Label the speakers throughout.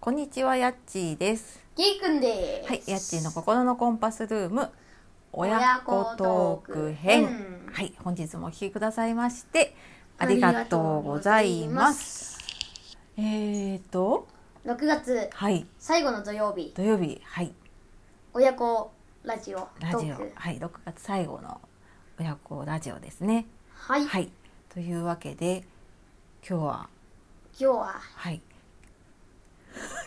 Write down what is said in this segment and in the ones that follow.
Speaker 1: こんにちは、やっちーです。
Speaker 2: ゲイくんです。
Speaker 1: はい、やっちーの心のコンパスルーム、親
Speaker 2: 親
Speaker 1: 子
Speaker 2: 子
Speaker 1: ト
Speaker 2: ト
Speaker 1: ーク
Speaker 2: ーク
Speaker 1: 編
Speaker 2: 編。
Speaker 1: はい、本日もお聞きくださいまして、ありがとうございます。
Speaker 2: す。
Speaker 1: えーと、
Speaker 2: 6月
Speaker 1: はい、
Speaker 2: 最後の土曜日、
Speaker 1: 土曜日、はい、
Speaker 2: 親子ラジオ
Speaker 1: ラジ
Speaker 2: ト
Speaker 1: オ
Speaker 2: ーク。、
Speaker 1: はい、6月最後の親子ラジオですね。
Speaker 2: はい、
Speaker 1: はい、というわけで、今日は、
Speaker 2: 今日は
Speaker 1: はい、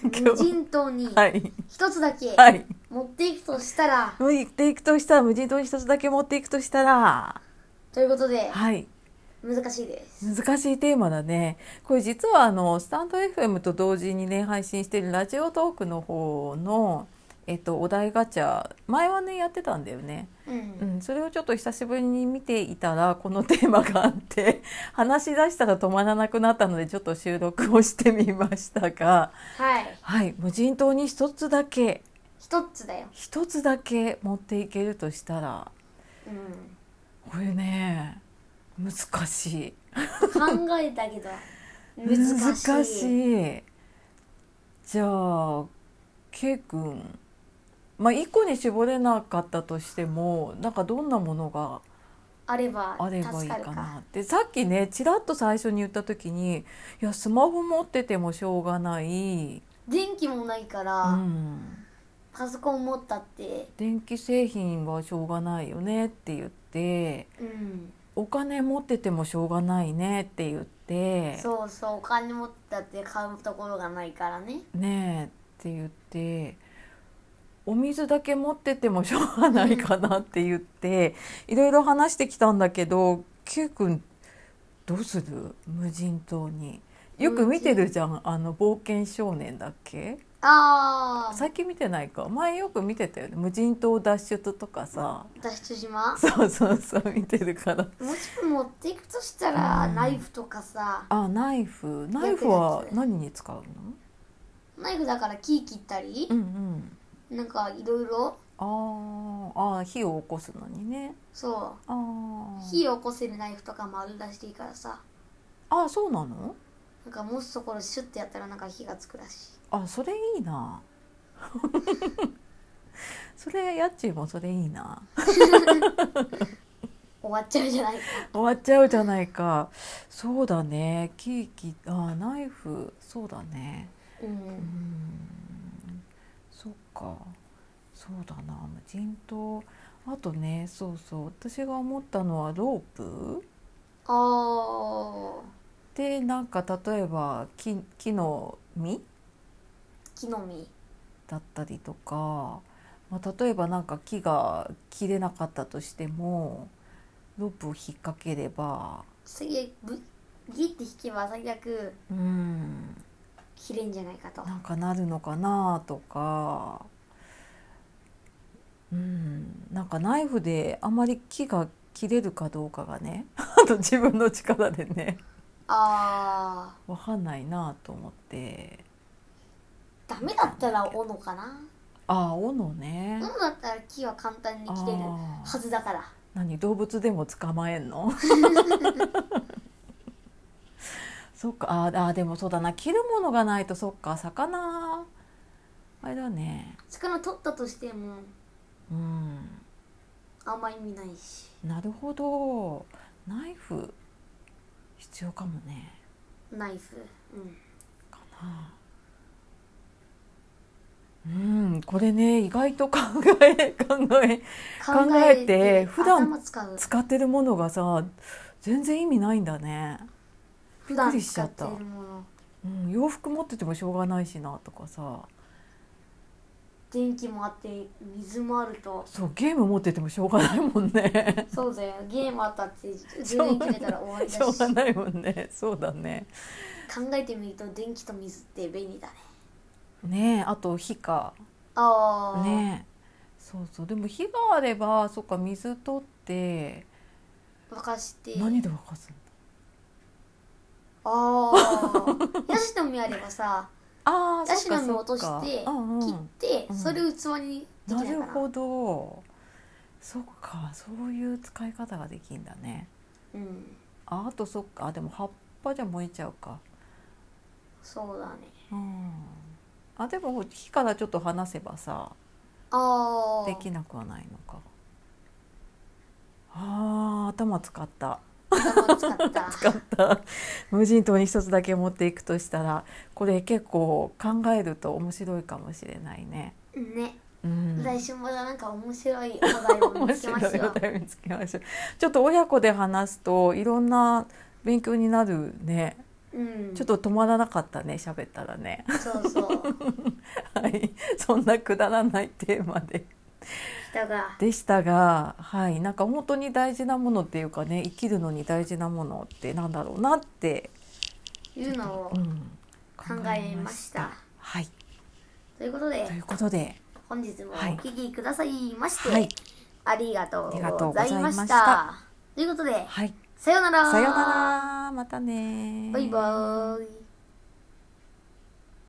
Speaker 2: 無人島に
Speaker 1: はい、
Speaker 2: 一つだけ
Speaker 1: はい。
Speaker 2: 持っていくとしたら、
Speaker 1: 持っていくとしたら、無人島に一つだけ持っていくとしたら、
Speaker 2: ということで
Speaker 1: はい、
Speaker 2: 難しいです。
Speaker 1: 難しいテーマだねこれ実はあのスタンド FM と同時にね配信してるラジオトークの方の、えっと、お題ガチャ前はねやってたんだよね、
Speaker 2: うん、
Speaker 1: うん、それをちょっと久しぶりに見ていたらこのテーマがあって話し出したら止まらなくなったのでちょっと収録をしてみましたが
Speaker 2: はい、
Speaker 1: はい無人島に一つだけ
Speaker 2: 一つだよ。
Speaker 1: 一つだけ持っていけるとしたら
Speaker 2: うん、
Speaker 1: これね難しい。
Speaker 2: 考えたけど難
Speaker 1: 難
Speaker 2: し
Speaker 1: し
Speaker 2: い。
Speaker 1: いじゃあ K 君まあ1個に絞れなかったとしてもなんかどんなものが
Speaker 2: あれば
Speaker 1: あればい
Speaker 2: 助
Speaker 1: い
Speaker 2: か
Speaker 1: か
Speaker 2: るか。
Speaker 1: なってさっきねちらっと最初に言った時にいやスマホ持っててもしょうがない、
Speaker 2: 電気もないから、
Speaker 1: うん、
Speaker 2: パソコン持ったって、
Speaker 1: 電気製品はしょうがないよねって言って
Speaker 2: うん、
Speaker 1: お金持っててもしょうがないねって言って
Speaker 2: そうそうお金持ったって買うところがないからね。
Speaker 1: ねえって言ってお水だけ持っててもしょうがないかなって言っていろいろ話してきたんだけど Q 君どうする無人島によく見てるじゃんあの冒険少年だっけ
Speaker 2: ああ
Speaker 1: 最近見てないか前よく見てたよね無人島脱出とかさ
Speaker 2: 脱出島
Speaker 1: そうそうそう見てるから
Speaker 2: もし持っていくとしたら、
Speaker 1: うん
Speaker 2: ナイフとかさ
Speaker 1: あナイフナイフは何に使うの
Speaker 2: ナイフだから木切ったり
Speaker 1: う、んうん
Speaker 2: なんかいろいろ
Speaker 1: あーあー火を起こすのにね
Speaker 2: そ
Speaker 1: あ
Speaker 2: う
Speaker 1: ー
Speaker 2: 火を起こせるナイフとかもあるらしいからさ
Speaker 1: あそうなの
Speaker 2: なんか持つところシュッてやったらなんか火がつくらし
Speaker 1: あそれいいな それやっちーもそれいいない
Speaker 2: 終わっちゃうじゃないか
Speaker 1: 終わっちゃうじゃないかそうだねキーキあナイフそうだね
Speaker 2: う
Speaker 1: うんんそっかそうだな無人島あとねそうそう私が思ったのはロープ
Speaker 2: あー
Speaker 1: でなんか例えば木木の実
Speaker 2: 木の実
Speaker 1: だったりとか、まあ、例えばなんか木が切れなかったとしてもロープを引っ掛ければ
Speaker 2: 最悪ぶギって引けば最悪
Speaker 1: うん
Speaker 2: 切れんじゃないかと
Speaker 1: なんかなるのかなとか、うん、なんかナイフであまり木が切れるかどうかがね あと自分の力でね
Speaker 2: あ
Speaker 1: わかんないなと思って
Speaker 2: ーダメだったら斧かな
Speaker 1: ああ斧ね。
Speaker 2: 斧だったら木は簡単に切れる
Speaker 1: あー
Speaker 2: はずだから
Speaker 1: 何動物でも捕まえんのそっかあーあーでもそうだな切るものがないとそっか魚あれだね
Speaker 2: 魚取ったとしても
Speaker 1: うん
Speaker 2: あんま意味ないし
Speaker 1: なるほどナイフ必要かもね
Speaker 2: ナイフうん
Speaker 1: かなうんこれね意外と考え考え考えて普段
Speaker 2: 頭使う
Speaker 1: 使ってるものがさ全然意味ないんだね、
Speaker 2: 普
Speaker 1: く
Speaker 2: 段
Speaker 1: りしち
Speaker 2: 使
Speaker 1: ゃ
Speaker 2: っ
Speaker 1: ってた
Speaker 2: るもの
Speaker 1: うん、洋服持っててもしょうがないしなとかさ
Speaker 2: 電気もあって水もあると
Speaker 1: そうゲーム持っててもしょうがないもん ね
Speaker 2: そうだよゲームあったって
Speaker 1: しょう
Speaker 2: 充電
Speaker 1: がな
Speaker 2: 切
Speaker 1: い
Speaker 2: れたら終わり
Speaker 1: しょ
Speaker 2: だ
Speaker 1: う
Speaker 2: し
Speaker 1: がないもんねそうだね
Speaker 2: 考えてみると電気と水って便利だね
Speaker 1: ねえあと火か
Speaker 2: ああ、
Speaker 1: ねえそうそうでも火があればそっか水取って
Speaker 2: 沸かして
Speaker 1: 何で沸かすの
Speaker 2: ああヤシの実あればさ
Speaker 1: あ
Speaker 2: ヤシの実落
Speaker 1: そ
Speaker 2: と
Speaker 1: っ
Speaker 2: し
Speaker 1: か
Speaker 2: て
Speaker 1: うんうん
Speaker 2: 切って
Speaker 1: うん
Speaker 2: それを器に
Speaker 1: な
Speaker 2: できない
Speaker 1: る
Speaker 2: かな
Speaker 1: ほどそっかそういう使い方ができんだね
Speaker 2: うん
Speaker 1: ああとそっかあでも葉っぱじゃ燃えちゃうか
Speaker 2: そうだね
Speaker 1: うんあでも火からちょっと離せばさ
Speaker 2: ああ
Speaker 1: できなくはないのかあー頭使った
Speaker 2: 頭使った
Speaker 1: 使った無人島に一つだけ持っていくとしたらこれ結構考えると面白いかもしれないね。
Speaker 2: ね
Speaker 1: うん
Speaker 2: 来週もなんか面白い話題を見
Speaker 1: 面
Speaker 2: つけ
Speaker 1: 白
Speaker 2: ま
Speaker 1: い
Speaker 2: しょう
Speaker 1: お。便り見つけましょうちょっと親子で話すといろんな勉強になるね
Speaker 2: うん、
Speaker 1: ちょっと止まらなかったね喋ったらね
Speaker 2: そうそう
Speaker 1: はいそんなくだらないテーマで
Speaker 2: 人が
Speaker 1: でしたがはいなんか本当に大事なものっていうかね生きるのに大事なものってなんだろうなって、
Speaker 2: いうのを
Speaker 1: う
Speaker 2: 考
Speaker 1: ん、
Speaker 2: えまし
Speaker 1: 考
Speaker 2: た
Speaker 1: え。はい
Speaker 2: ということで
Speaker 1: ということで
Speaker 2: 本日もお
Speaker 1: はい
Speaker 2: 聞きくださいまして、
Speaker 1: はい
Speaker 2: ありがとう
Speaker 1: ありがとう
Speaker 2: ご
Speaker 1: ござ
Speaker 2: ざ
Speaker 1: い
Speaker 2: い
Speaker 1: ま
Speaker 2: ま
Speaker 1: し
Speaker 2: したた。ということで
Speaker 1: はい
Speaker 2: さようなら。
Speaker 1: さようならまたね
Speaker 2: バイバーイ。